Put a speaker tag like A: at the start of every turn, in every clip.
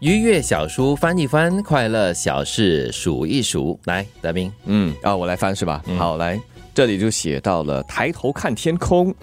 A: 愉悦小书翻一翻，快乐小事数一数。来，德明，
B: 嗯，啊，我来翻是吧？好，来，这里就写到了抬头看天空，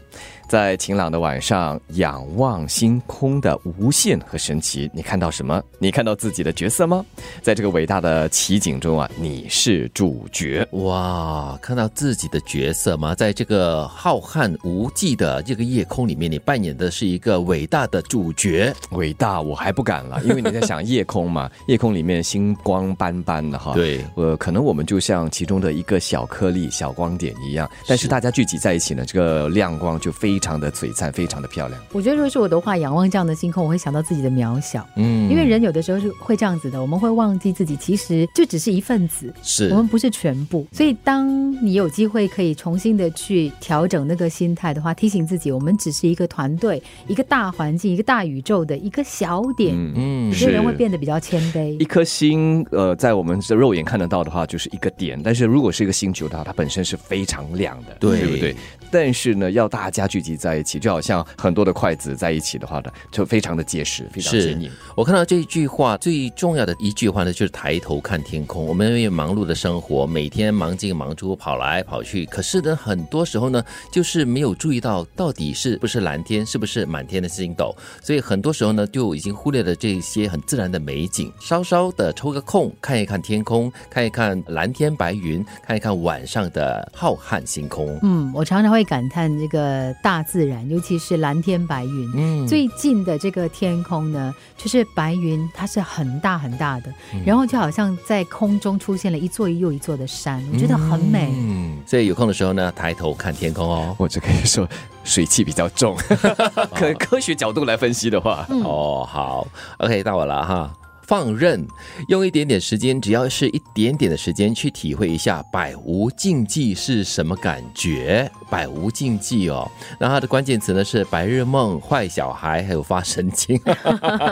B: 在晴朗的晚上仰望星空的无限和神奇。你看到什么？你看到自己的角色吗？在这个伟大的奇景中啊，你是主角。
A: 哇，看到自己的角色吗？在这个浩瀚无际的这个夜空里面，你扮演的是一个伟大的主角。
B: 伟大，我还不敢 了，因为你在想夜空 嘛，夜空里面星光斑斑的哈。。
A: 对，
B: 呃，可能我们就像其中的一个小颗粒、小光点一样，但是大家聚集在一起呢，这个亮光就非常的璀璨，非常的漂亮。
C: 我觉得如果是我的话，仰望这样的星空，我会想到自己的渺小，
B: 嗯
C: 因为人有的时候是会这样子的，我们会忘记自己其实就只是一份子，
A: 是
C: 我们不是全部。所以，当你有机会可以重新的去调整那个心态的话，提醒自己，我们只是一个团队、一个大环境、一个大宇宙的一个小点。
A: 嗯
C: 有些人
B: 是
C: 会变得比较谦卑
B: 一。颗星，呃，在我们这肉眼看得到的话，就是一个点；但是如果是一个星球的话，它本身是非常亮的，
A: 对
B: 不对？但是呢，要大家聚集在一起，就好像很多的筷子在一起的话呢，就非常的结实，非常
A: 是
B: 坚硬。
A: 我看到这一句话最重要的一句话呢，就是抬头看天空。我们因为忙碌的生活，每天忙进忙出，跑来跑去，可是呢，很多时候呢，就是没有注意到到底是不是蓝天，是不是满天的星斗，所以很多时候呢，就已经忽略了这些很自然的美景。稍稍的抽个空，看一看天空，看一看蓝天白云，看一看晚上的浩瀚星空。
C: 嗯，我常常会感叹这个大自然，尤其是蓝天白云。
A: 嗯，
C: 最近的这个天空呢，就是白云，它是很大很大的，然后就好像在空中出现了一座又一座的山，我觉得很美。
A: 嗯，所以有空的时候呢，抬头看天空哦。
B: 我只可以说，水汽比较重。 可科学角度来分析的话，
C: 嗯
A: 哦，好，OK，到我了哈。放任，用一点点时间，只要是一点点的时间去体会一下百无禁忌是什么感觉。百无禁忌哦，那它的关键词呢是白日梦、坏小孩，还有发神经。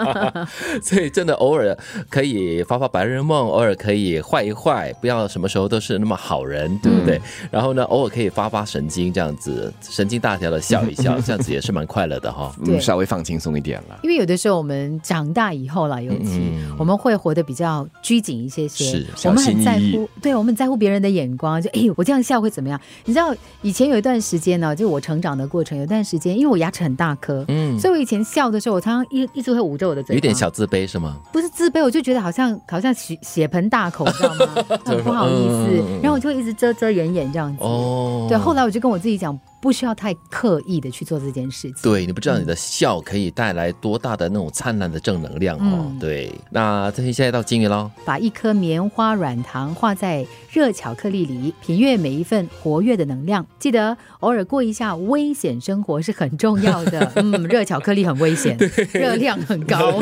A: 所以真的偶尔可以发发白日梦，偶尔可以坏一坏，不要什么时候都是那么好人，对不对？然后呢，偶尔可以发发神经，这样子神经大条的笑一笑，这样子也是蛮快乐的哈、
B: 嗯，
C: 对
B: 稍微放轻松一点了。
C: 因为有的时候我们长大以后了，尤其、我们会活得比较拘谨一些些，
A: 是
C: 我
B: 小
C: 们
B: 心
C: 很在
B: 翼翼
C: 乎，对我们很在乎别人的眼光，就哎，我这样笑会怎么样？你知道以前有一段时间呢，就我成长的过程，有一段时间，因为我牙齿很大颗，
A: 嗯
C: 所以我以前笑的时候，我常常一一直会捂着我的嘴，
A: 有点，小自卑是吗？
C: 不是自卑，我就觉得好像好像血血盆大口，你知 道吗？很不好意思，
A: 嗯
C: 然后我就一直遮遮掩掩这样子。
A: 哦，
C: 对，后来我就跟我自己讲，不需要太刻意的去做这件事情。
A: 对你不知道你的笑可以带来多大的那种灿烂的正能量哦。
C: 嗯
A: 对，那这些现在到金鱼喽。
C: 把一颗棉花软糖画在热巧克力里，品阅每一份活跃的能量。记得偶尔过一下危险生活是很重要 的。嗯，热巧克力很危险，热量很高。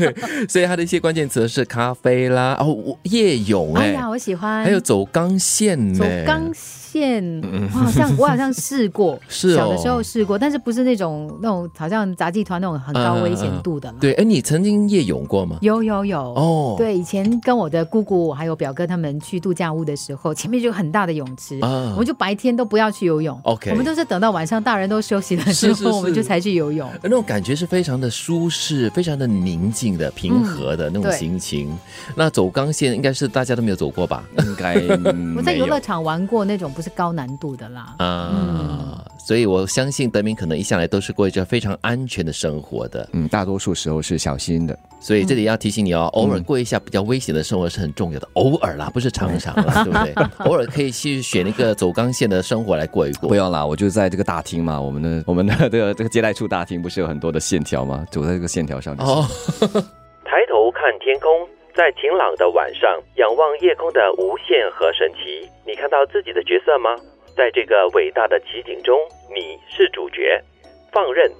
A: 所以它的一些关键词是咖啡啦，哦，我夜泳
C: 哎
A: 哎、
C: 呀，我喜欢。
A: 还有走钢线呢、
C: 走钢线，我 好像我好像试过，
A: 嗯是哦
C: 小的时候试过，但是不是那种那种好像杂技团那种很高危险度的了。
A: 对，哎，你曾经夜泳过吗？
C: 有有有
A: 嗯哦
C: 对，以前跟我的姑姑还有表哥他们去度假屋的时候，前面就有很大的泳池，
A: 啊
C: 我们就白天都不要去游泳
A: OK
C: 我们都是等到晚上大人都休息了之
A: 是
C: 后，
A: 是
C: 我们
A: 是
C: 就才去游泳。
A: 那种感觉是非常的舒适、非常的宁静的、平和的那种
C: 嗯对
A: 心情。那走钢线应该是大家都没有走过吧？
B: 应该嗯
C: 我在
B: 没
C: 游
B: 有
C: 乐场玩过那种不是高难度的啦，
A: 啊，所以我相信德明可能一向来都是过着非常安全的生活的，
B: 嗯，大多数时候是小心的。
A: 所以这里要提醒你哦，偶尔过一下比较危险的生活是很重要的，偶尔啦，不是常常啦，对不对？偶尔可以去选一个走钢线的生活来过一
B: 不
A: 过。
B: 用啦，我就在这个大厅嘛，我们的我们的这个这个接待处大厅不是有很多的线条吗？走在这个线条上就行。
A: 哦，
D: 抬头看天空，在晴朗的晚上，仰望夜空的无限和神奇。你看到自己的角色吗？在这个伟大的奇景中，你是主角。放任，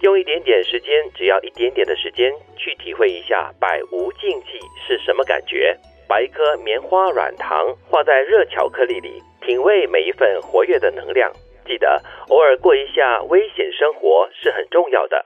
D: 用一点点时间，只要一点点的时间，去体会一下百无禁忌是什么感觉。把一颗棉花软糖画在热巧克力里，品味每一份活跃的能量。记得偶尔过一下危险生活是很重要的。